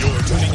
tuning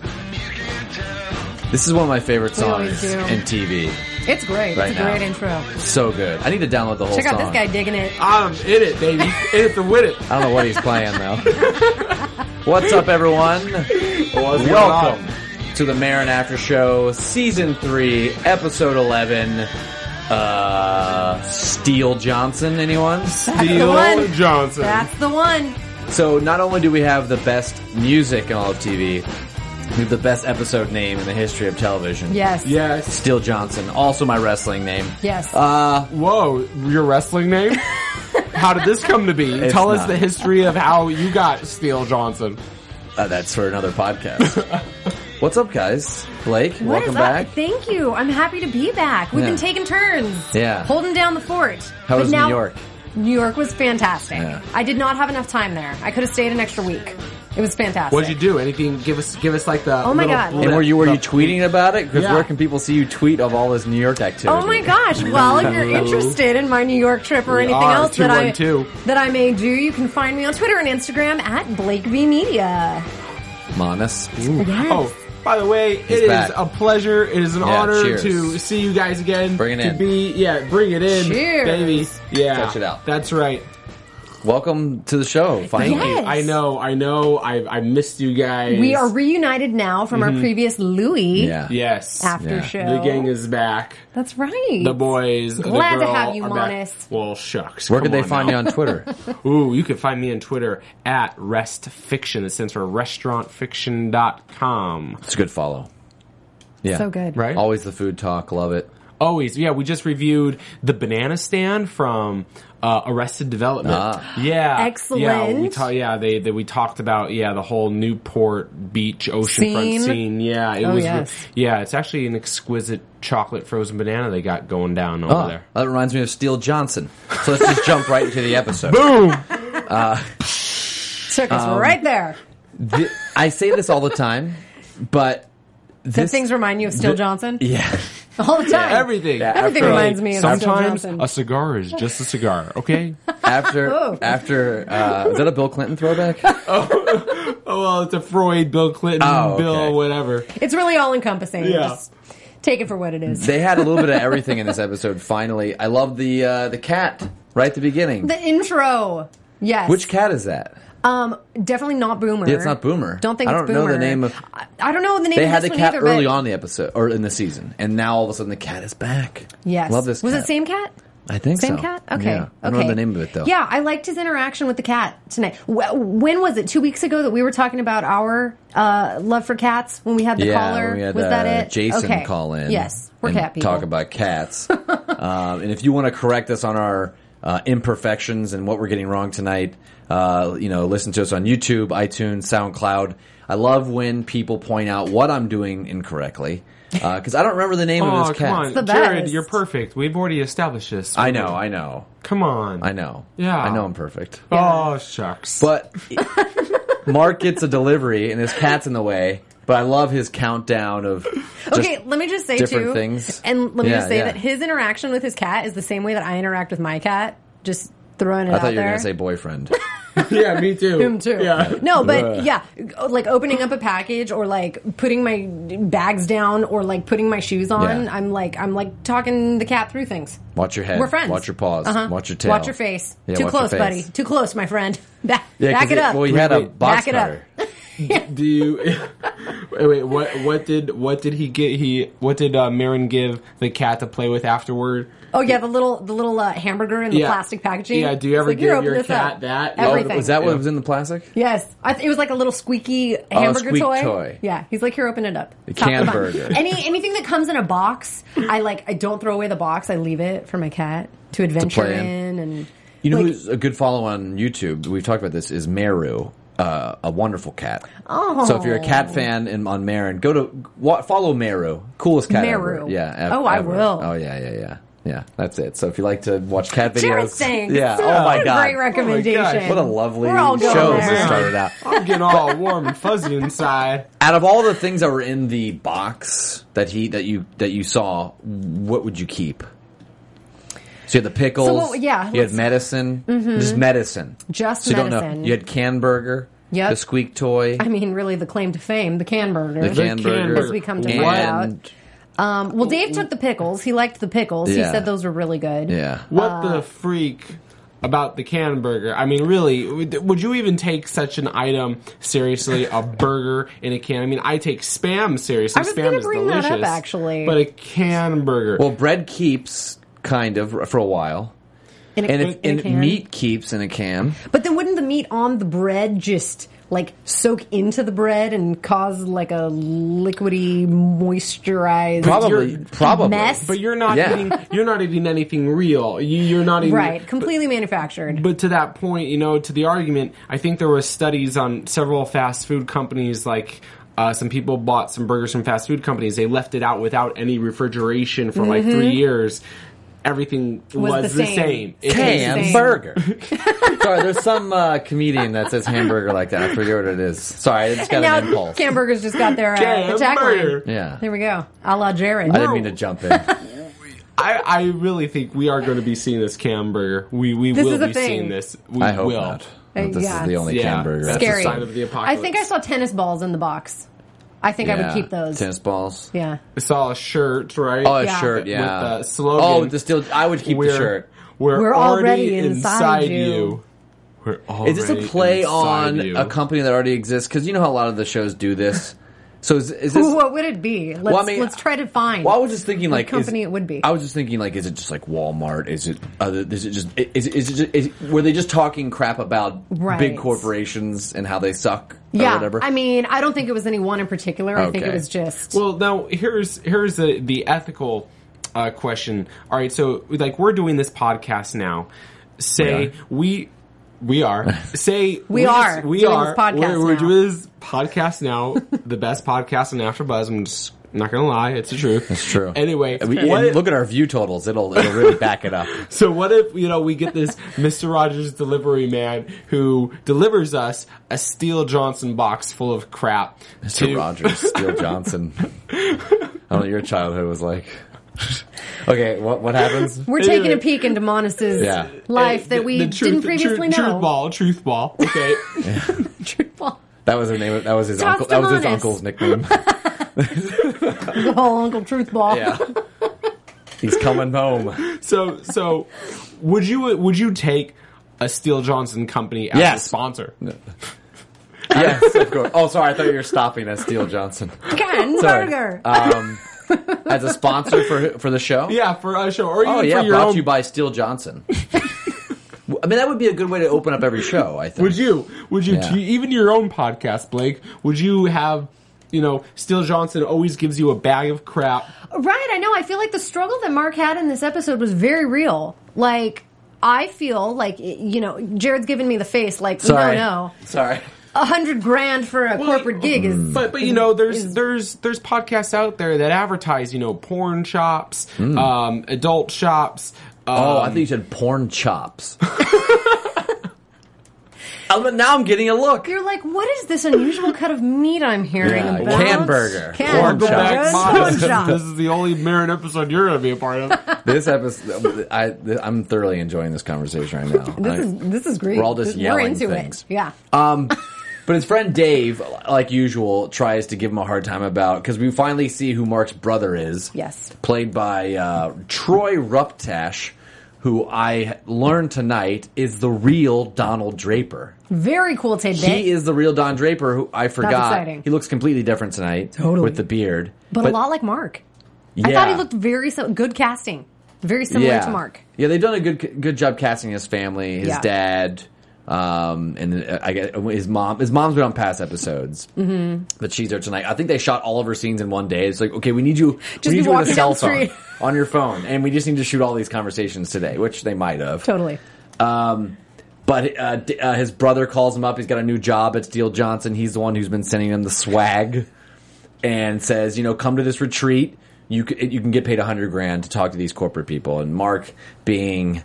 This is one of my favorite We songs always do. in TV. It's great. Right it's a now. great intro. So good. I need to download the whole Check song. out this guy digging it. I'm in it, baby. In it to win it. I don't know what he's playing though. What's up, everyone? What's going Welcome on? to the Marin After Show, Season Three, Episode Eleven. Uh, Steele Johnson, anyone? That's the one. Johnson. That's the one. So not only do we have the best music in all of TV, we have the best episode name in the history of television. Yes. yes. Steele Johnson, also my wrestling name. Yes. Uh, Whoa, your wrestling name? How did this come to be? It's Tell not. us the history of how you got Steele Johnson. uh, that's for another podcast. What's up, guys? Blake, What welcome is back. Up? Thank you. I'm happy to be back. We've Yeah. been taking turns. Yeah. Holding down the fort. How But was New now- York? New York was fantastic. Yeah. I did not have enough time there. I could have stayed an extra week. It was fantastic. What'd you do? Anything? Give us, give us like the. Oh my little God. blip. And were you were you The- tweeting about it? Because Yeah. where can people see you tweet of all this New York activity? Oh my gosh! Well, if you're interested in my New York trip or We anything are else that I 212. that I may do, you can find me on Twitter and Instagram at Blake V Media. Manas. Yes. Oh, by the way, it is back. a pleasure. It is an Yeah, honor cheers. to see you guys again. Bring it to in. Be, yeah, bring it in, Cheers. baby. Yeah, Touch it out. That's right. Welcome to the show. Finally, Thank you. Yes. I know, I know. I I missed you guys. We are reunited now from our previous Louis Mm-hmm. yeah. yes. after Yeah. show. The gang is back. That's right. The boys. Glad to the girl have you, are back. Manis. Well, shucks. Where come could they on find now. you on Twitter? Ooh, you can find me on Twitter at restfiction. It stands for restaurantfiction.com. it's a good follow. Yeah, so good. Right? Always the food talk. Love it. Always. Yeah, we just reviewed The Banana Stand from uh, Arrested Development. Ah. Yeah. Excellent. Yeah, we, ta- yeah they, they, we talked about, yeah, the whole Newport Beach oceanfront Scene. scene. Yeah, it Oh, was. yes. Yeah, it's actually an exquisite chocolate frozen banana they got going down over Oh, there. that reminds me of Steele Johnson. So let's just jump right into the episode. Boom! Took Um, us right there. Th- I say this all the time, but Did this things remind you of Still Johnson? yeah. All the time. Everything. Everything after- reminds me of Still Sometimes Johnson. a cigar is just a cigar, okay? After Oh. after uh, is that a Bill Clinton throwback? Oh, well, it's a Freud, Bill Clinton, Oh, okay. Bill, whatever. It's really all encompassing. Yeah. Just take it for what it is. They had a little bit of everything in this episode. Finally, I love the uh, the cat right at the beginning. the intro. Yes. Which cat is that? Um, definitely not Boomer. Yeah, it's not Boomer. Don't think I it's don't know Boomer. the name of- I, I don't know the name They of had the this cat one either, early but- on in the episode or in the season, and now all of a sudden the cat is back. Yes. love this. Was cat. it same cat? I think Same so. cat? Okay. Yeah. I don't okay. know the name of it though. Yeah, I liked his interaction with the cat tonight. Wh- When was it? Two weeks ago that we were talking about our uh, love for cats when we had the yeah, caller. we had was that uh, it? Jason okay. call in. Yes, we're and cat people. Talk about cats. um, and if you want to correct us on our uh, imperfections and what we're getting wrong tonight, uh, you know, listen to us on YouTube, iTunes, SoundCloud. I love when people point out what I'm doing incorrectly because I don't remember the name of Oh, this come cat. on. the Jared, best. you're perfect. We've already established this. I know, I know, Come on. I know. Yeah. I know I'm perfect. Oh, shucks. But Mark gets a delivery and his cat's in the way. But I love his countdown of just Okay, let me just say different too, things. and let me Yeah, just say yeah. that his interaction with his cat is the same way that I interact with my cat. Just throwing it I out thought you were there. going to say boyfriend. yeah, me too. Him too. Yeah. No, but yeah, like opening up a package or like putting my bags down or like putting my shoes on. Yeah. I'm like I'm like talking the cat through things. Watch your head. We're friends. Watch your paws. Uh-huh. Watch your tail. Watch your face. Yeah, Too watch your close, face. buddy. Too close, my friend. Back, Yeah, 'cause back it he- up. Well, he had a Wait, box back it up. cutter. Do you wait, wait, what what did what did he get? He what did uh, Marin give the cat to play with afterward? Oh yeah, the little the little uh, hamburger in the Yeah. plastic packaging. Yeah, do you It's ever like, "Here, give open your this cat up." that? Oh, Everything. Was that what was in the plastic? Yes, I th- it was like a little squeaky hamburger squeak toy. toy. Yeah, he's like, here, open it up. A It's not canned fun." burger. Any anything that comes in a box, I like. I don't throw away the box. I leave it for my cat to adventure play in. in. And You know like, who's a good follow on YouTube? We've talked about this. Is Meru, uh, a wonderful cat. Oh. so if you're a cat fan and on Marin, go to wa- follow Meru, coolest cat Meru. ever. Yeah. ev- Oh, I ever. will. Oh yeah, yeah, yeah, yeah. That's it. So if you like to watch cat videos, Jared's saying, yeah. so oh my what a god, great recommendation. what a lovely We're all going show there. as it started out. I'm getting all warm and fuzzy inside. Out of all the things that were in the box that he that you that you saw, what would you keep? So you had the pickles. So what- yeah, You had let's- Mm-hmm. medicine. Just medicine. Just so you Don't medicine. know. You had Canberger. Yep. The squeak toy. I mean, really, the claim to fame, the can burger. the Canberger. As we come to and, find out. um, well, Dave took the pickles. He liked the pickles. He Yeah. said those were really good. Yeah. What Uh, the freak about the can burger? I mean, really, would would you even take such an item seriously? A burger in a can? I mean, I take spam seriously. I was spam gonna is bring that up, delicious, actually. But a can burger. Well, bread keeps kind of for a while, In a, and in if a and can. meat keeps in a can. But then wouldn't the meat on the bread just like soak into the bread and cause like a liquidy moisturized Probably. Probably. mess? but you're not Yeah. eating. You're not eating anything real. You, you're not eating right, completely manufactured. But to that point, you know, to the argument, I think there were studies on several fast food companies like. Uh, some people bought some burgers from fast food companies. They left it out without any refrigeration for like three years. Everything was, the, same. It tasted- Interesting. hamburger. Sorry, there's some uh, comedian that says hamburger like that. I forget what it is. Sorry, I just got now an impulse. Camburger's just got their uh, Damn attack burger. line. yeah, There we go, a la Jared. I didn't mean to jump in. I, I really think we are going to be seeing this cam burger. We we This will is the be thing. seeing this. We I hope will. not. Uh, But this yeah, is the only it's- yeah, hamburger. that's Scary. the sign of the I apocalypse. think I saw tennis balls in the box. I think I would keep those. tennis balls. Yeah. I saw a shirt, right? Oh, a Yeah. shirt. With Yeah. the slogan. Oh, the still. I would keep the We're- shirt. We're, We're already, already inside inside, you. you. We're already Is this a play inside on you. a company that already exists? Because you know how a lot of the shows do this. So is, is this? Ooh, what would it be? Let's, I mean, let's try to find. Well, I was just thinking, like, is- company it would be. I was just thinking, like, is it just like Walmart? Is it? Other, is it just? Is, is it? Just, is, were they just talking crap about Right. big corporations and how they suck? or yeah, whatever? I mean, I don't think it was any one in particular. I think it Okay. was just Well, now here's here's the the ethical uh, question. All right, so like we're doing this podcast now. Say we we are say we, are we doing are this podcast we're, we're now. doing this podcast now. the best podcast on AfterBuzz. I'm just not gonna lie, it's the truth. It's true. Anyway, And we- and what if- look at our view totals; it'll it'll really back it up. So what if you know we get this Mr. Rogers delivery man who delivers us a Steel Johnson box full of crap? Mr. to- Rogers, Steele Johnson. I don't know what your childhood was like. okay, what what happens? We're Anyway. taking a peek into Monis's Yeah. Uh, life that the- we the truth- didn't the previously truth, know. Truth ball, truth ball. Okay. Truth ball. That was the name. Of, that was his Tossed uncle. That was his Demonis. uncle's nickname. The whole Uncle Truth ball. yeah, he's coming home. so so would you would you take a Steel Johnson company as Yes. a sponsor? Yes, of course. Oh, sorry, I thought you were stopping at Steele Johnson. Ken Sorry. Burger. Um, as a sponsor for for the show. Yeah, for a show or even Oh yeah, for your brought own. to you by Steele Johnson. I mean, that would be a good way to open up every show. I think. would you would you Yeah. even your own podcast, Blake? Would you have you know Steel Johnson always gives you a bag of crap? Right, I know. I feel like the struggle that Mark had in this episode was very real. Like, I feel like, you know, Jared's giving me the face like, Sorry. mm. no, no. Sorry. A hundred grand for a corporate gig is. Mm. But but you know there's there's there's podcasts out there that advertise you know porn shops, Mm. um, adult shops. Oh, Um, I think you said porn chops. I'm, now I'm getting a look. You're like, what is this unusual cut of meat I'm hearing Yeah, about? Can burger. Can Pork Welcome back, chops. burger. Miles. Pork chops. This is the only Marin episode you're going to be a part of. This episode, I, th- I'm thoroughly enjoying this conversation right now. This I- is this is great. We're all just This- yelling into things. it. Yeah. Um, but his friend Dave, like usual, tries to give him a hard time about because we finally see who Mark's brother is. Yes. played by uh, Troy Ruptash, who I learned tonight is the real Donald Draper. Very cool tidbit. He is the real Don Draper, who I forgot. exciting. He looks completely different tonight Totally. with the beard, but, a lot like Mark. Yeah. I thought he looked very sim- good casting. Very similar yeah. to Mark. Yeah, they've done a good good job casting his family, his Yeah. dad, um, and uh, I guess his mom. His mom's been on past episodes, mm-hmm. but she's there tonight. I think they shot all of her scenes in one day. It's like, okay, we need you, Just we need you be with a walking cell down the phone street. on your phone, and we just need to shoot all these conversations today, which they might have. Totally. Um, but uh, D- uh, his brother calls him up. He's got a new job at Steele Johnson. He's the one who's been sending him the swag, and says, you know, come to this retreat. You c- you can get paid a hundred grand to talk to these corporate people. And Mark, being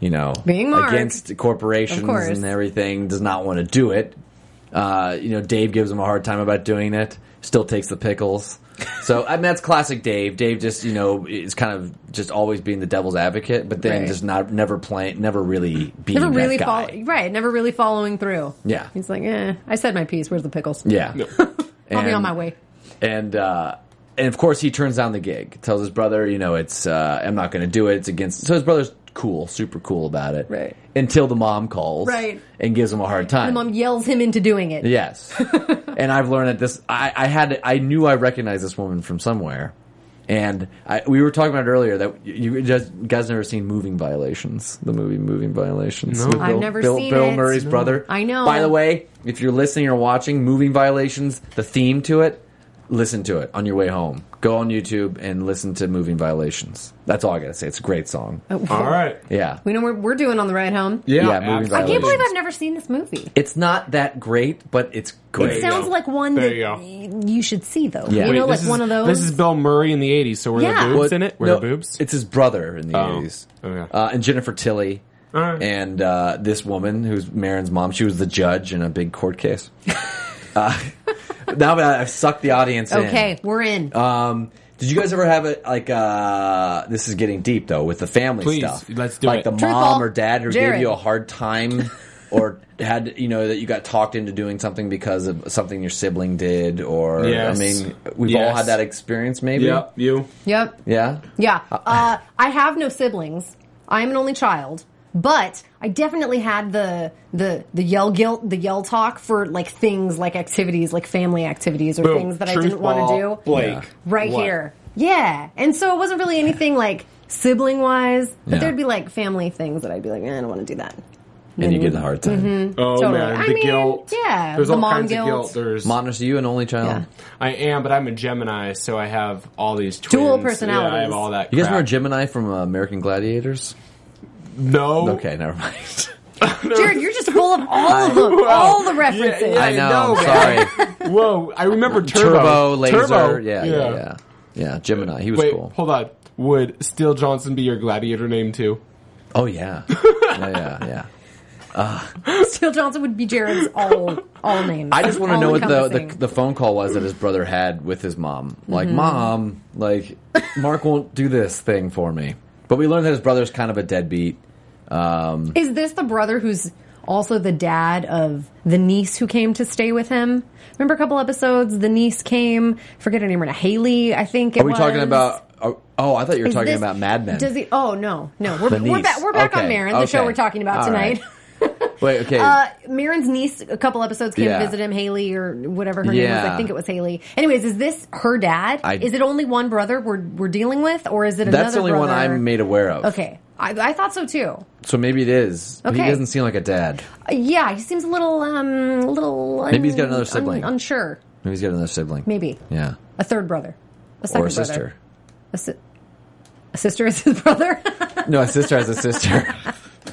you know Being Mark. against corporations Of course. and everything, does not want to do it. Uh, you know, Dave gives him a hard time about doing it. Still takes the pickles. So I mean, that's classic Dave. Dave just you know is kind of just always being the devil's advocate, but then Right. just not never playing, never really being Never that really guy. follow, right. Never really following through. Yeah. He's like, eh. I said my piece. Where's the pickles? Yeah, I'll be And- on my way. And uh, and of course he turns down the gig. Tells his brother, you know, it's uh, I'm not going to do it. It's against. So his brother's cool, super cool about it. Right. Until the mom calls, Right. and gives him a hard time. The mom yells him into doing it. Yes. and I've learned that this, I, I had, I knew I recognized this woman from somewhere. And I, we were talking about it earlier that you, you just, you guys never seen Moving Violations, the movie Moving Violations. No. with I've Bill, never Bill, seen Bill it. Murray's brother. I know. By the way, if you're listening or watching Moving Violations, the theme to it, listen to it on your way home. Go on YouTube and listen to Moving Violations. That's all I gotta say. It's a great song. All right. Yeah. Oh. We know what we're doing on the ride home. Yeah. Yeah, moving I can't Violations. believe I've never seen this movie. It's not that great, but it's great. you Sounds go. like one There that you go. you, should see though. Yeah. You Wait, know, like this is, one of those. This is Bill Murray in the 80s, so were Yeah. there boobs Well, in it? Were no, there boobs? It's his brother in the Oh, eighties, okay. uh, and Jennifer Tilly, All right. and uh, this woman who's Maron's mom. She was the judge in a big court case. uh, now that I've sucked the audience in. okay, we're in. Um, did you guys ever have it like uh, this is getting deep though with the family Please, stuff? let's do like it. the Truthful. mom or dad who Jared. gave you a hard time or had you know that you got talked into doing something because of something your sibling did or Yes. I mean we've all Yes. had that experience maybe. Yep, you. yep. Yeah. Yeah. Uh, I have no siblings. I'm an only child, but I definitely had the the the yell guilt, the yell talk for like things like activities, like family activities or Boom. things that I Truth didn't want to ball, do. Blake. Yeah. Right What? here. Yeah. And so it wasn't really anything like sibling wise, but Yeah. there'd be like family things that I'd be like, eh, I don't want to do that. and you get the hard time. Oh Totally. man, I the mean, guilt. yeah, there's the all mom kinds guilt. of guilt. There's Mona's you an only child. Yeah. I am, but I'm a Gemini, so I have all these twins. Dual Yeah, I personalities. have all that. You guys crap. remember Gemini from uh, American Gladiators? No. Okay, never mind. Jared, you're just full of all of them, all the references. Yeah, yeah, I know. know, man. sorry, Whoa, I remember Turbo. Turbo, Laser. Turbo. Yeah, yeah, yeah, yeah, Gemini. He was Wait, cool. hold on. Would Steele Johnson be your gladiator name too? Oh yeah, yeah, yeah. yeah. Steele Johnson would be Jared's all all names. I just want to All know what the, the encompassing. the phone call was that his brother had with his mom. Like, mom, like Mark won't do this thing for me. But we learned that his brother's kind of a deadbeat. Um, Is this the brother who's also the dad of the niece who came to stay with him? Remember a couple episodes, the niece came. Forget her name right now. Haley, I think. It Are we talking about? Oh, oh, I thought you were talking about Mad Men. Does he? Oh no, no. We're, The we're, niece. ba- we're back on Okay, Marin, the show okay. we're talking about All tonight. right. Wait, okay. Uh, Marin's niece, a couple episodes came Yeah. to visit him, Haley or whatever her name was. Yeah. I think it was Haley. Anyways, is this her dad? I- is it only one brother we're we're dealing with, or is it another? That's the only one brother? I'm made aware of. Okay, I, I thought so too. So maybe it is. But Okay. He doesn't seem like a dad. Uh, yeah, he seems a little, um, a little. un- Maybe he's got another un- sibling. unsure, Maybe he's got another sibling. maybe Yeah. a third brother, a second Or a brother. sister. A, si- a sister is his brother. No, a sister has a sister.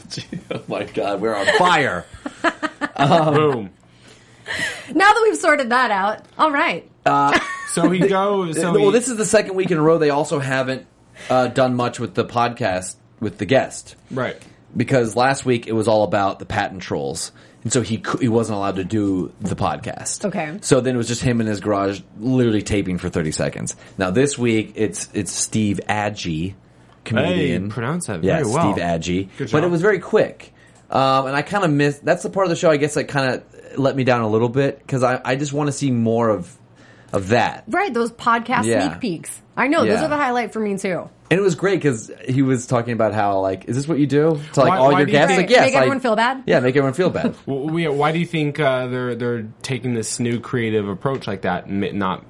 Gee, oh my god, we're on fire. Uh, Boom. now that we've sorted that out, all right. Uh, So he goes. So well, he, this is the second week in a row they also haven't uh, done much with the podcast with the guest right. because last week it was all about the patent trolls. And so he cou- he wasn't allowed to do the podcast. Okay. So then it was just him in his garage, literally taping for thirty seconds. Now this week it's it's Steve Adgie, comedian. pronounce that yeah, very well. Steve Adgie. Good But job. it was very quick, um, and I kind of missed. That's the part of the show I guess that kind of let me down a little bit because I I just want to see more of of that. Right, those podcast Yeah. sneak peeks. I know those Yeah. are the highlight for me too. And it was great because he was talking about how like, is this what you do to like Why- all why your do you guests? think- Like, yes, Make everyone like- feel bad? Yeah, make everyone feel bad. Well, we- why do you think uh, they're they're taking this new creative approach like that, and it not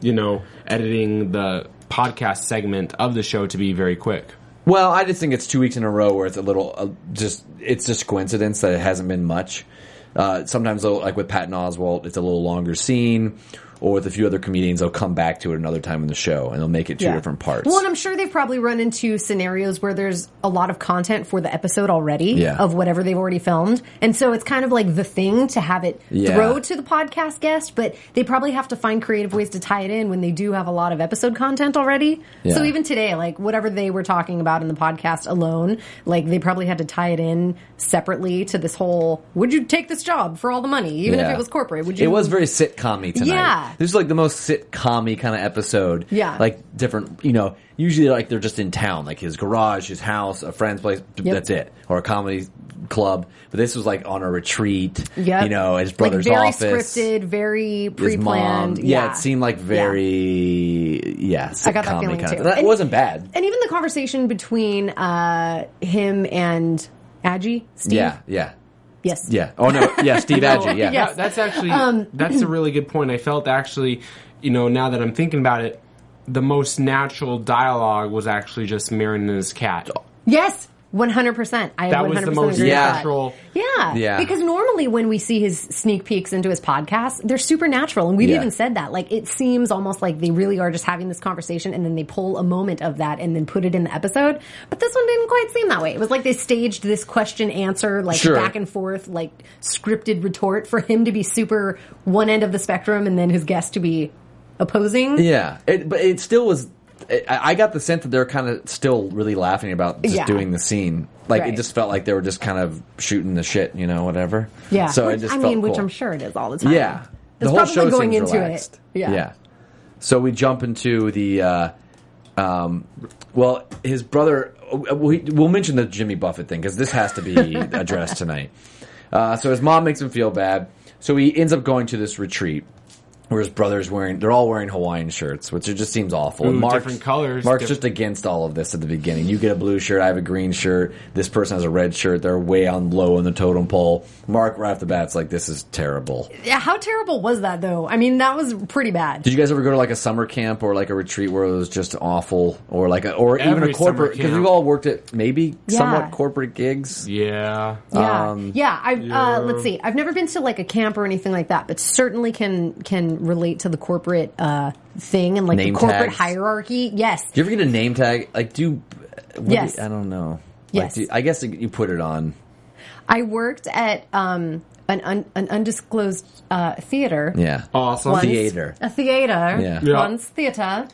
you know editing the podcast segment of the show to be very quick? well, I just think it's two weeks in a row where it's a little uh, just it's just coincidence that it hasn't been much. Uh, sometimes though, like with Patton Oswalt, it's a little longer scene, or with a few other comedians, they'll come back to it another time in the show and they'll make it two Yeah. different parts. Well, and I'm sure they've probably run into scenarios where there's a lot of content for the episode already Yeah. of whatever they've already filmed. And so it's kind of like the thing to have it Yeah. throw to the podcast guest, but they probably have to find creative ways to tie it in when they do have a lot of episode content already. Yeah. So even today, like whatever they were talking about in the podcast alone, like they probably had to tie it in separately to this whole would you take this job for all the money, even if Yeah. it was corporate? Would you It was very sitcom-y tonight. Yeah. this is like the most sitcom-y kind of episode. Yeah. like different. You know, usually like they're just in town, like his garage, his house, a friend's place. Yep. That's it, or a comedy club. But this was like on a retreat. Yep. you know, at his brother's like very office. scripted, very his mom. pre-planned. Yeah. it seemed like very yeah, sitcom-y I got that feeling kind too. of. That And- wasn't bad. and even the conversation between uh, him and Aggie, Steve. Yeah, yeah, Yes. yeah. Oh no, yeah, Steve Agee. Yeah, Yes. Um, That- that's actually that's a really good point. I felt actually, you know, now that I'm thinking about it, the most natural dialogue was actually just Marin and his cat. Yes. One hundred percent. I That one was the hundred percent most agree Yeah. with natural. that. Yeah. Yeah. Because normally when we see his sneak peeks into his podcast, they're supernatural, and we've Yeah. even said that. Like it seems almost like they really are just having this conversation, and then they pull a moment of that and then put it in the episode. But this one didn't quite seem that way. It was like they staged this question answer, like Sure. back and forth, like scripted retort for him to be super one end of the spectrum, and then his guest to be opposing. Yeah, it, but it still was. It, I I got the sense that they're kind of still really laughing about just Yeah. doing the scene. Like Right. it just felt like they were just kind of shooting the shit, you know, whatever. Yeah. So which, it just I felt mean, which cool. I'm sure it is all the time. Yeah. It's probably going into it. Yeah. So we jump into the. Uh, um, well, his brother. uh, We, we'll mention the Jimmy Buffett thing because this has to be addressed tonight. Uh, so his mom makes him feel bad. So he ends up going to this retreat where his brother's wearing. They're all wearing Hawaiian shirts, which it just seems awful. And Ooh, different colors, Mark's diff- just against all of this at the beginning. You get a blue shirt. I have a green shirt. This person has a red shirt. They're way on low on the totem pole. Mark right off the bat's like, "This is terrible." Yeah, how terrible was that though? I mean, that was pretty bad. Did you guys ever go to like a summer camp or like a retreat where it was just awful, or like a, or even Every a corporate? summer Because camp. we've all worked at maybe Yeah. somewhat corporate gigs. Yeah. Yeah, Um, yeah. I uh, let's see. I've never been to like a camp or anything like that, but certainly can can relate to the corporate uh, thing and like Name the corporate tags. hierarchy. Yes, Do you ever get a name tag? Like, do you, what do Yes. you- I don't know. Like, Yes. do you- I guess you put it on. I worked at um, an un- an undisclosed uh, theater. Yeah. Awesome. Once- Theater. A theater. Yeah. Yeah. Once theater,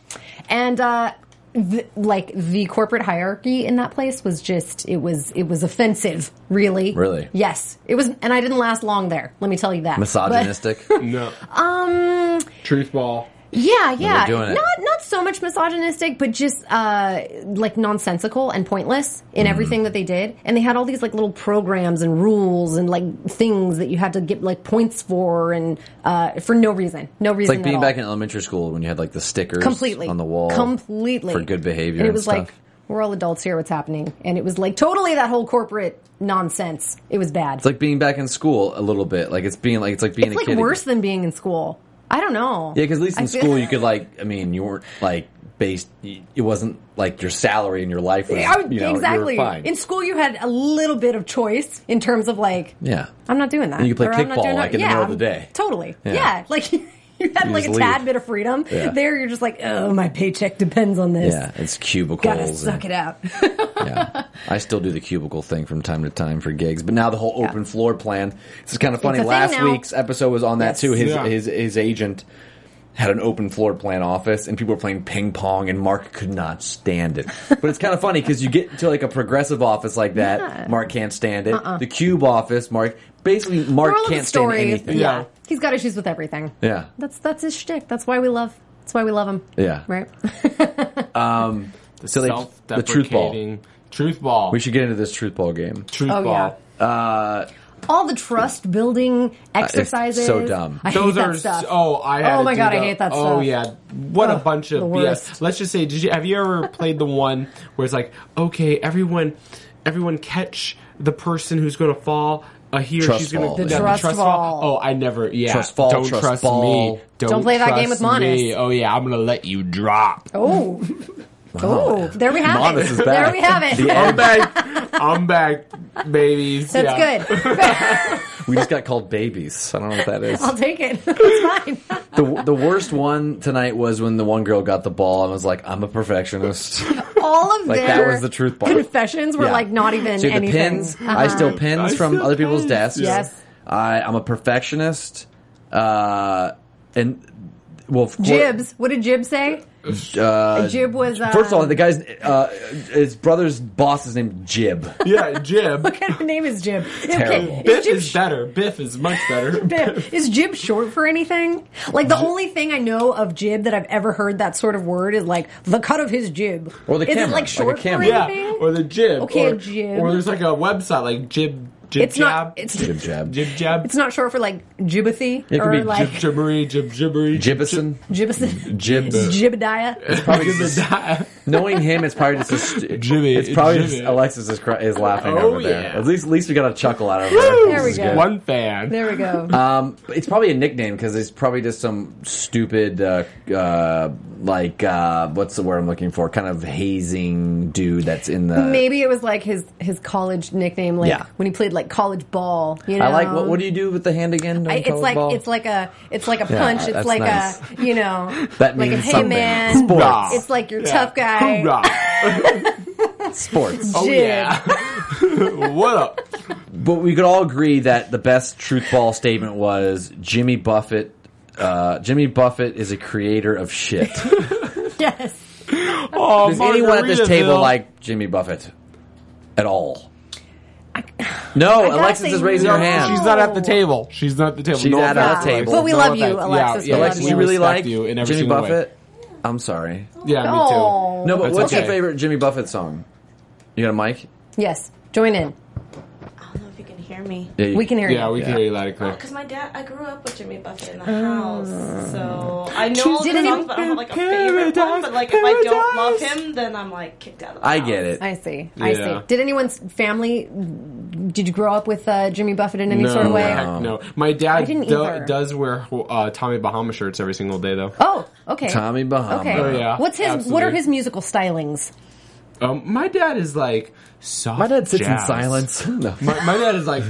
and uh, the, like the corporate hierarchy in that place was just it was it was offensive. Really. Really? Yes, it was, and I didn't last long there. Let me tell you that. But- Misogynistic. No. um. Truth ball. Yeah, yeah. doing it. Not not so much misogynistic, but just uh, like nonsensical and pointless in Mm-hmm. everything that they did. And they had all these like little programs and rules and like things that you had to get like points for and uh, for no reason, no it's reason. like at being all. back in elementary school when you had like the stickers completely on the wall, completely for good behavior And it and was stuff. like we're all adults here. What's happening? And it was like totally that whole corporate nonsense. It was bad. It's like being back in school a little bit. Like it's being like it's like being It's a like kid. worse than being in school. I don't know. Yeah, because at least in I feel- school you could like, I mean, you weren't like based. It wasn't like your salary and your life was. I would, you know, you were exactly. fine. In school, you had a little bit of choice in terms of like, yeah, I'm not doing that. You could play Or I'm not kickball, doing that. like, in the middle of the day. Totally. Yeah. Yeah. Like you had like a just tad leave. bit of freedom. Yeah. There, you're just like, oh, my paycheck depends on this. yeah, it's cubicles. Gotta suck it and- out. yeah, I still do the cubicle thing from time to time for gigs, but now the whole open floor plan. It's kind of funny. It's a thing Last now. week's episode was on that Yes. too. His Yeah. his his agent had an open floor plan office and people were playing ping pong and Mark could not stand it. But it's kind of funny because you get to like a progressive office like that, Yeah. Uh-uh. Mark can't stand it. The cube office, Mark basically Mark Moral of the can't stand story. anything. Yeah. Yeah. He's got issues with everything. Yeah. That's that's his shtick. That's why we love. That's why we love him. Yeah. Right. The So they- the truth ball. self-deprecating truth ball. We should get into this truth ball game. truth Oh, ball. yeah. all the trust building exercises. Uh, so dumb. I Those hate are that stuff. oh I had Oh to my do God, I the- hate that Oh stuff. yeah, what a Ugh, bunch of the BS. worst. Let's just say, did you have you ever played the one where it's like, okay, everyone, everyone catch the person who's going to fall. Uh, he or Trust she's going fall, to yeah. Trust fall. Oh, I never. Yeah, Trust fall, Don't trust trust ball. me. Don't, Don't play that game trust with Monis. me. Oh yeah, I'm going to let you drop. Oh, oh, there we have Modest it. is There back. we have it. The I'm end. back. I'm back, babies. That's Yeah. good. We just got called babies. I don't know what that is. I'll take it. It's fine. The, the worst one tonight was when the one girl got the ball and was like, "I'm a perfectionist." All of Like, that their was the truth bar. confessions were Yeah. like not even So the anything. pins, Uh-huh. I steal pins I from steal other people's pins. desks. Yes. I, I'm a perfectionist. Uh, and well, of course, Jibs. What did Jib say? Uh, Jib was uh, First of all, the guy's uh, his brother's boss is named Jib. Yeah, Jib. What kind of name is Jib? Terrible. Biff Jib is better. Biff is much better. Biff. Is jib short for anything? Like the only thing I know of jib that I've ever heard that sort of word is like the cut of his jib. Or the is camera, like it a like short camera. for Yeah, anything? or the jib. Okay, or, a jib. Or there's like a website like jib, jib it's jab, not. It's Jib Jab. jib jab. it's not short for like gibbathy could or be like jib jibbery, jib jibbery, Jibison. gibbison. Jib. Jibadiah. Probably jib- just- jib- knowing him, it's probably just a st- Jimmy, It's probably Jimmy. just Alexis is, cr- is laughing Oh, over there. yeah. At least, at least we got a chuckle out of her. There we This is go. good. One fan. There we go. Um, but it's probably a nickname because it's probably just some stupid, uh, uh, like uh, what's the word I'm looking for? Kind of hazing dude that's in the. Maybe it was like his his college nickname, like Yeah. when he played like college ball. You know, I like what? What do you do with the hand again? um, I, it's like it's like a it's like a Yeah, punch. that's it's like nice. a you know that like means a hey something. man. Sports. It's like your tough guy. Hoorah. sports. Oh, Jib. yeah. what up? But we could all agree that the best truth ball statement was Jimmy Buffett. Uh, Jimmy Buffett is a creator of shit. Yes. Oh, Does anyone at this table Margaritaville. like Jimmy Buffett at all? no, gotta Alexis say is raising no. her hand. Oh, She's not at the table. She's not at the table. She's no not at offense, our Alexis. table. But we No love you, offense. Alexis. Yeah, We yeah, Alexis, love you really respect like you in every Jimmy single Buffett? Way. I'm sorry. Yeah, me Oh. too. No, but That's what's your okay. favorite Jimmy Buffett song? You got a mic? Yes. Join in. I don't know if you can hear me. Yeah, you- We can hear Yeah, you. we can Yeah. hear you loud and clear. Because my dad, I grew up with Jimmy Buffett in the house, so I know She all the didn't songs, even- but I don't have like a favorite one. But like, if I don't love him, then I'm like kicked out of. The I house. get it. I see. I Yeah. see. Did anyone's family? Did you grow up with uh, Jimmy Buffett in any sort of way? Heck no. My dad didn't do- either. does wear uh, Tommy Bahama shirts every single day, though. Oh, okay. Tommy Bahama. Okay. Oh, yeah. What's his? What are Absolutely. his musical stylings? Um, my dad is like soft. My dad sits jazz. in silence. No. My, my dad is like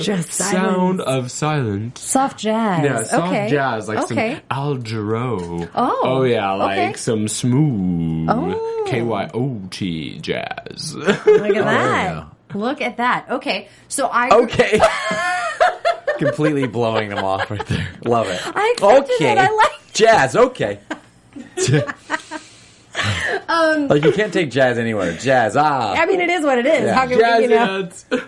Just sound of silence. soft jazz. Yeah, soft okay. jazz, like okay. some Al Jarreau. Oh, oh yeah, like okay. some smooth Oh. K Y O T jazz. Oh, Look at there that. Look at that. Okay. So I Okay. Completely blowing them off right there. Love it. I accepted it. I liked it. jazz. Okay. Um, like you can't take jazz anywhere. Jazz. Ah. I mean, it is what it is. Yeah. How can jazz we, you know, hands.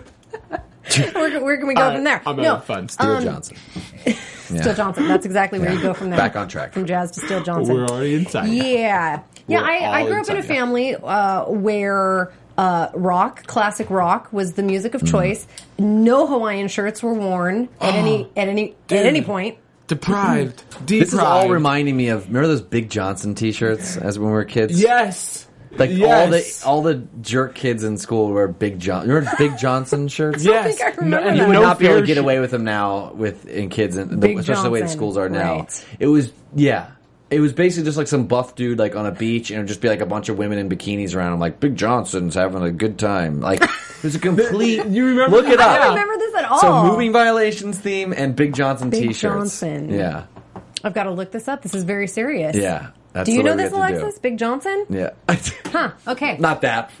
Uh, where, where can we go from there? I'm no, having fun. Still Bill jazz. Johnson. Yeah. um, Still Johnson. That's exactly where Yeah. you go from there. Back on track. From jazz to Still Johnson. We're already inside. Yeah. Yeah, We're I, I all grew up in a inside, yeah. family uh, where uh, rock, classic rock, was the music of Mm-hmm. choice. No Hawaiian shirts were worn at any at any at any point. Deprived. Deprived. This is all reminding me of remember those big Johnson T-shirts as when we were kids. Yes. like yes. all the all the jerk kids in school wear big John. Remember big Johnson shirts? Yes. I think I remember and You that. would no not be able to fear get sh- away with them now with in kids and the, Big especially the way the Johnson, schools are now. right. It was yeah. It was basically just like some buff dude like on a beach and it would just be like a bunch of women in bikinis around. I'm like, Big Johnson's having a good time. Like it was a complete You remember Look it that? up. I don't remember this at all. So moving violations theme and Big Johnson Big t-shirts. Johnson. Yeah. I've got to look this up. This is very serious. Yeah. That's Do you the way know we this, have to do. Alexis? Big Johnson? Yeah. Huh. Okay. Not that.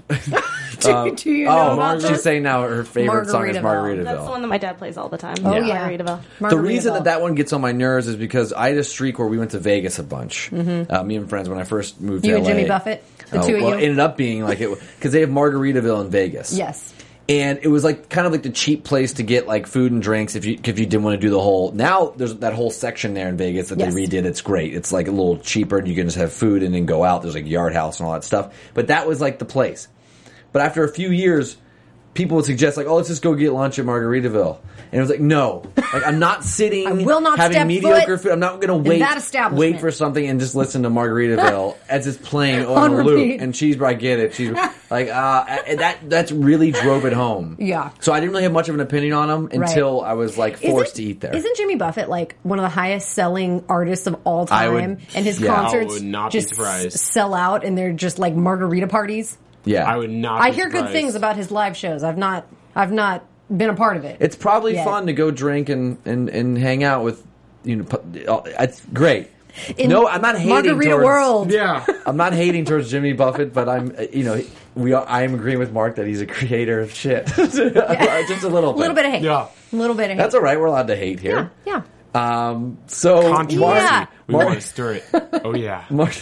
do, do you know oh, about she's this? saying now her favorite song is Margaritaville. Margaritaville. That's the one that my dad plays all the time. Oh, Yeah. yeah. Margaritaville. The reason Margaritaville. that that one gets on my nerves is because I had a streak where we went to Vegas a bunch. Uh, me and friends when I first moved Mm-hmm. You to and LA. Jimmy Buffett? The two of well, you? It ended up being like it because they have Margaritaville in Vegas. Yes. and it was like kind of like the cheap place to get like food and drinks if you if you didn't want to do the whole. Now there's that whole section there in Vegas that Yes. they redid. It's great. It's like a little cheaper, and you can just have food and then go out. There's like Yard House and all that stuff. But that was like the place. But after a few years, people would suggest like, oh, let's just go get lunch at Margaritaville, and it was like, no, like I'm not sitting, I will not having step mediocre foot food. I'm not going to wait, that establishment. wait for something, and just listen to Margaritaville as it's playing On on, a loop. repeat. And cheeseburger, I get it. Cheeseburger, like uh, I- that. That's really drove it home. Yeah. So I didn't really have much of an opinion on them until I was like forced to eat there. Isn't Jimmy Buffett like one of the highest selling artists of all I time? would- and his yeah. I concerts would not be just surprised. s- sell out, and they're just like margarita parties. yeah, I would not. I be hear good surprised. things about his live shows. I've not, I've not been a part of it. It's probably Yeah. fun to go drink and, and, and hang out with you know. pu- It's great. In no, I'm not hating Margarita towards, World. Yeah. I'm not hating towards Jimmy Buffett, but I'm uh, you know we are, I'm agreeing with Mark that he's a creator of shit. Just a little, a little bit of hate. Yeah. a little bit of hate. That's all right. We're allowed to hate here. yeah, Um. So Controversy. Yeah. We Mark- want to stir it. Oh yeah. Mark,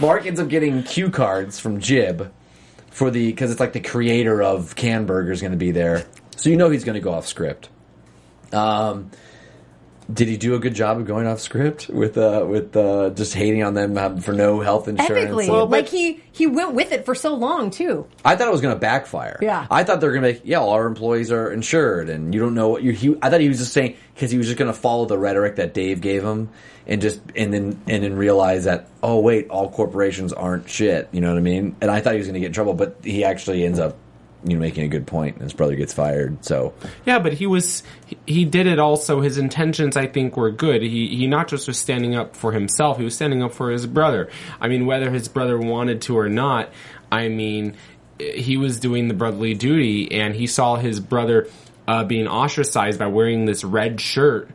Mark ends up getting cue cards from Jib for the because it's like the creator of Canberger is going to be there, so you know he's going to go off script. Um, did he do a good job of going off script with uh, with uh, just hating on them uh, for no health insurance? epically. and- like he he went with it for so long too. I thought it was going to backfire. Yeah. I thought they were going to make yeah, all our employees are insured, and you don't know what you. He, I thought he was just saying because he was just going to follow the rhetoric that Dave gave him, and just and then and then realize that oh wait, all corporations aren't shit. You know what I mean? And I thought he was going to get in trouble, but he actually ends up you know making a good point, and his brother gets fired. So Yeah, but he was he, he did it also his intentions I think were good. He he not just was standing up for himself, he was standing up for his brother. I mean whether his brother wanted to or not, I mean eh, he was doing the brotherly duty and he saw his brother uh, being ostracized by wearing this red shirt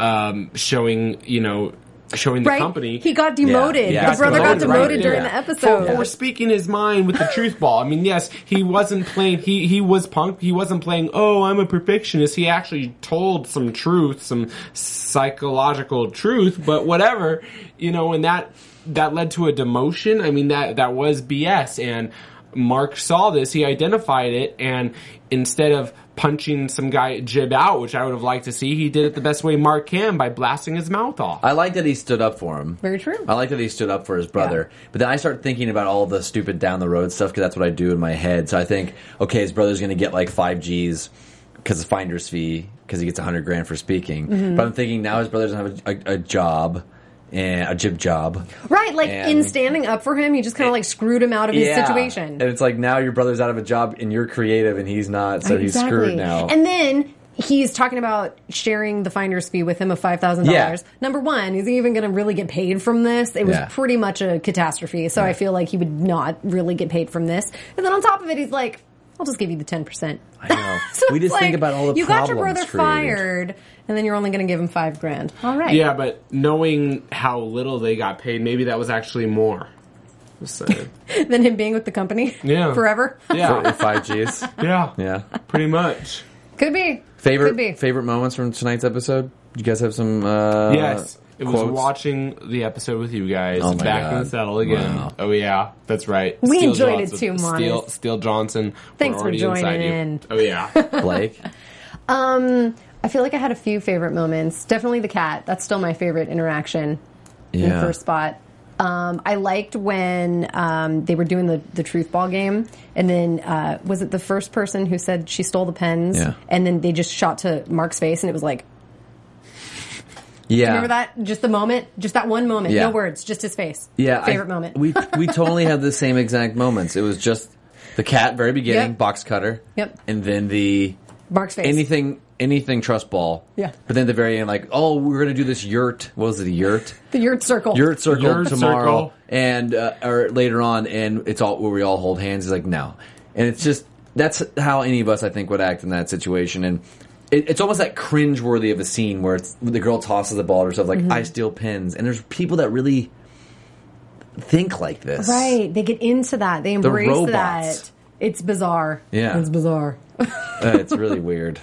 um, showing, you know, showing the Right? company. He got demoted. yeah, the brother got demoted right demoted during there. the episode. For, for speaking his mind with the truth ball. I mean, yes, he wasn't playing. He he was punk. He wasn't playing. Oh, I'm a perfectionist. He actually told some truth, some psychological truth. But whatever, you know, and that that led to a demotion. I mean, that that was BS. And Mark saw this. He identified it, and instead of punching some guy jib out, which I would have liked to see, he did it the best way Mark can by blasting his mouth off. I like that he stood up for him. Very true. I like that he stood up for his brother. But then I start thinking about all the stupid down the road stuff because that's what I do in my head. So I think, okay, his brother's going to get like five G's because of finder's fee because he gets a hundred grand for speaking. Mm-hmm. But I'm thinking now his brother doesn't have a, a, a job, and a jib job. Right, like in And- standing up for him, he just kind of like screwed him out of his situation. And it's like now your brother's out of a job and you're creative and he's not, so he's screwed now. And then he's talking about sharing the finder's fee with him of five thousand Yeah. dollars. Number one, is he even going to really get paid from this? It was Yeah. pretty much a catastrophe. So I feel like he would not really get paid from this. And then on top of it, he's like, "I'll just give you the ten percent." I know. we just think about all the you problems got your brother created. fired, and then you're only going to give him five grand. All right, Yeah, but knowing how little they got paid, maybe that was actually more. Just saying. Then him being with the company, Yeah. forever. yeah, Uh, Five G's. yeah, Yeah. pretty much. Could be Favorite Could be. favorite moments from tonight's episode? You guys have some uh yes, it was quotes? watching the episode with you guys Oh my back in God. the saddle again. Wow. Oh yeah, that's right. We enjoyed it too, Monis. Steel, Steel Johnson. we're Thanks for already joining inside you. in. Oh yeah, Blake. Um, I feel like I had a few favorite moments. Definitely the cat. That's still my favorite interaction in the Yeah. first spot. Um, I liked when um, they were doing the, the truth ball game, and then uh, was it the first person who said she stole the pens? Yeah. And then they just shot to Mark's face, and it was like, Yeah. remember that? Just the moment, just that one moment, Yeah. no words, just his face. Yeah. I- favorite moment. we we totally had the same exact moments. It was just the cat very beginning, Yep. box cutter. Yep. And then the Mark's face. anything anything trust ball. Yeah. But then at the very end, like, oh, we're gonna do this yurt. What was it, a yurt? the yurt circle. Yurt circle Yurt tomorrow circle. and uh, or later on, and it's all where we all hold hands. He's like, no, and it's just that's how any of us I think would act in that situation, and it, it's almost that cringe worthy of a scene where it's the girl tosses the ball to herself Mm-hmm. like I steal pins, and there's people that really think like this, Right. They get into that. They embrace robots. that. It's bizarre. Yeah. It's bizarre. Uh, it's really weird.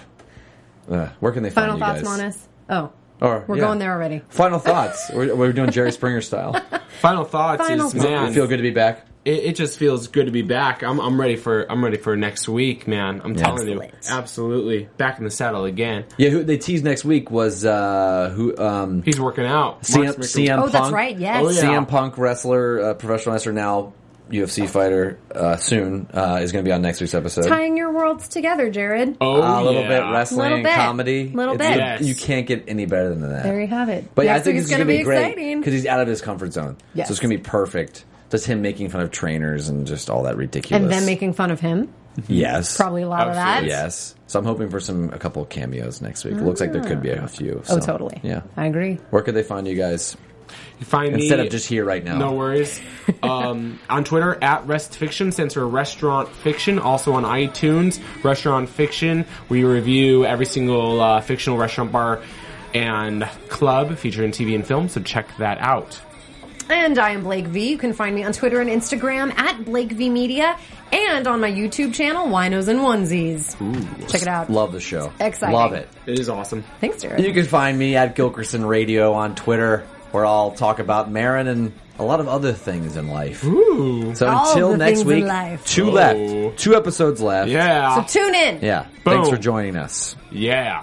Uh, where can they find Final you thoughts, guys? Monis? Oh. Or- We're yeah. going there already. Final thoughts. we're, we're doing Jerry Springer style. final thoughts Final is thoughts. man. I feel good to be back. it, it just feels good to be back. I'm, I'm ready for I'm ready for next week, man. I'm telling Excellent. you, absolutely back in the saddle again. Yeah, who they teased next week was uh, who? Um, He's working out. CM, Mark's making- CM Oh, Punk. that's right, yes. Oh, yeah. CM Punk wrestler, uh, professional wrestler now UFC fighter uh, soon uh, is going to be on next week's episode. Tying your worlds together, Jared. Oh, Uh, a little yeah. bit wrestling, Little bit. comedy. Little It's bit. the- Yes. You can't get any better than that. There you have it. But yeah, I Next think week's it's going to gonna be, be great exciting. because he's out of his comfort zone. Yes. So it's going to be perfect. Just him making fun of trainers and just all that ridiculous. And then making fun of him. yes, Probably a lot of that. Absolutely, yes. So I'm hoping for some a couple of cameos next week. It looks like there could be a few. so, Oh, totally. Yeah. I agree. Where could they find you guys You find me- instead of just here right now? No worries. um, on Twitter at Rest Fiction, stands for Restaurant Fiction. Also on iTunes, Restaurant Fiction. We review every single uh, fictional restaurant, bar, and club featured in TV and film. So check that out. And I am Blake V. You can find me on Twitter and Instagram at Blake V Media and on my YouTube channel, Winos and Onesies. Check it out. Love the show. Exciting. Love it. It is awesome. Thanks, Jared. You can find me at Gilkerson Radio on Twitter, where I'll talk about Marin and a lot of other things in life. Ooh. So All until the next things in week, life. two Oh. left, two episodes left. Yeah. so tune in. Yeah. Thanks for joining us. yeah.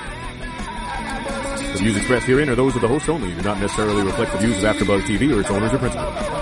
The views expressed herein are those of the host only and do not necessarily reflect the views of AfterBuzz TV or its owners or principals.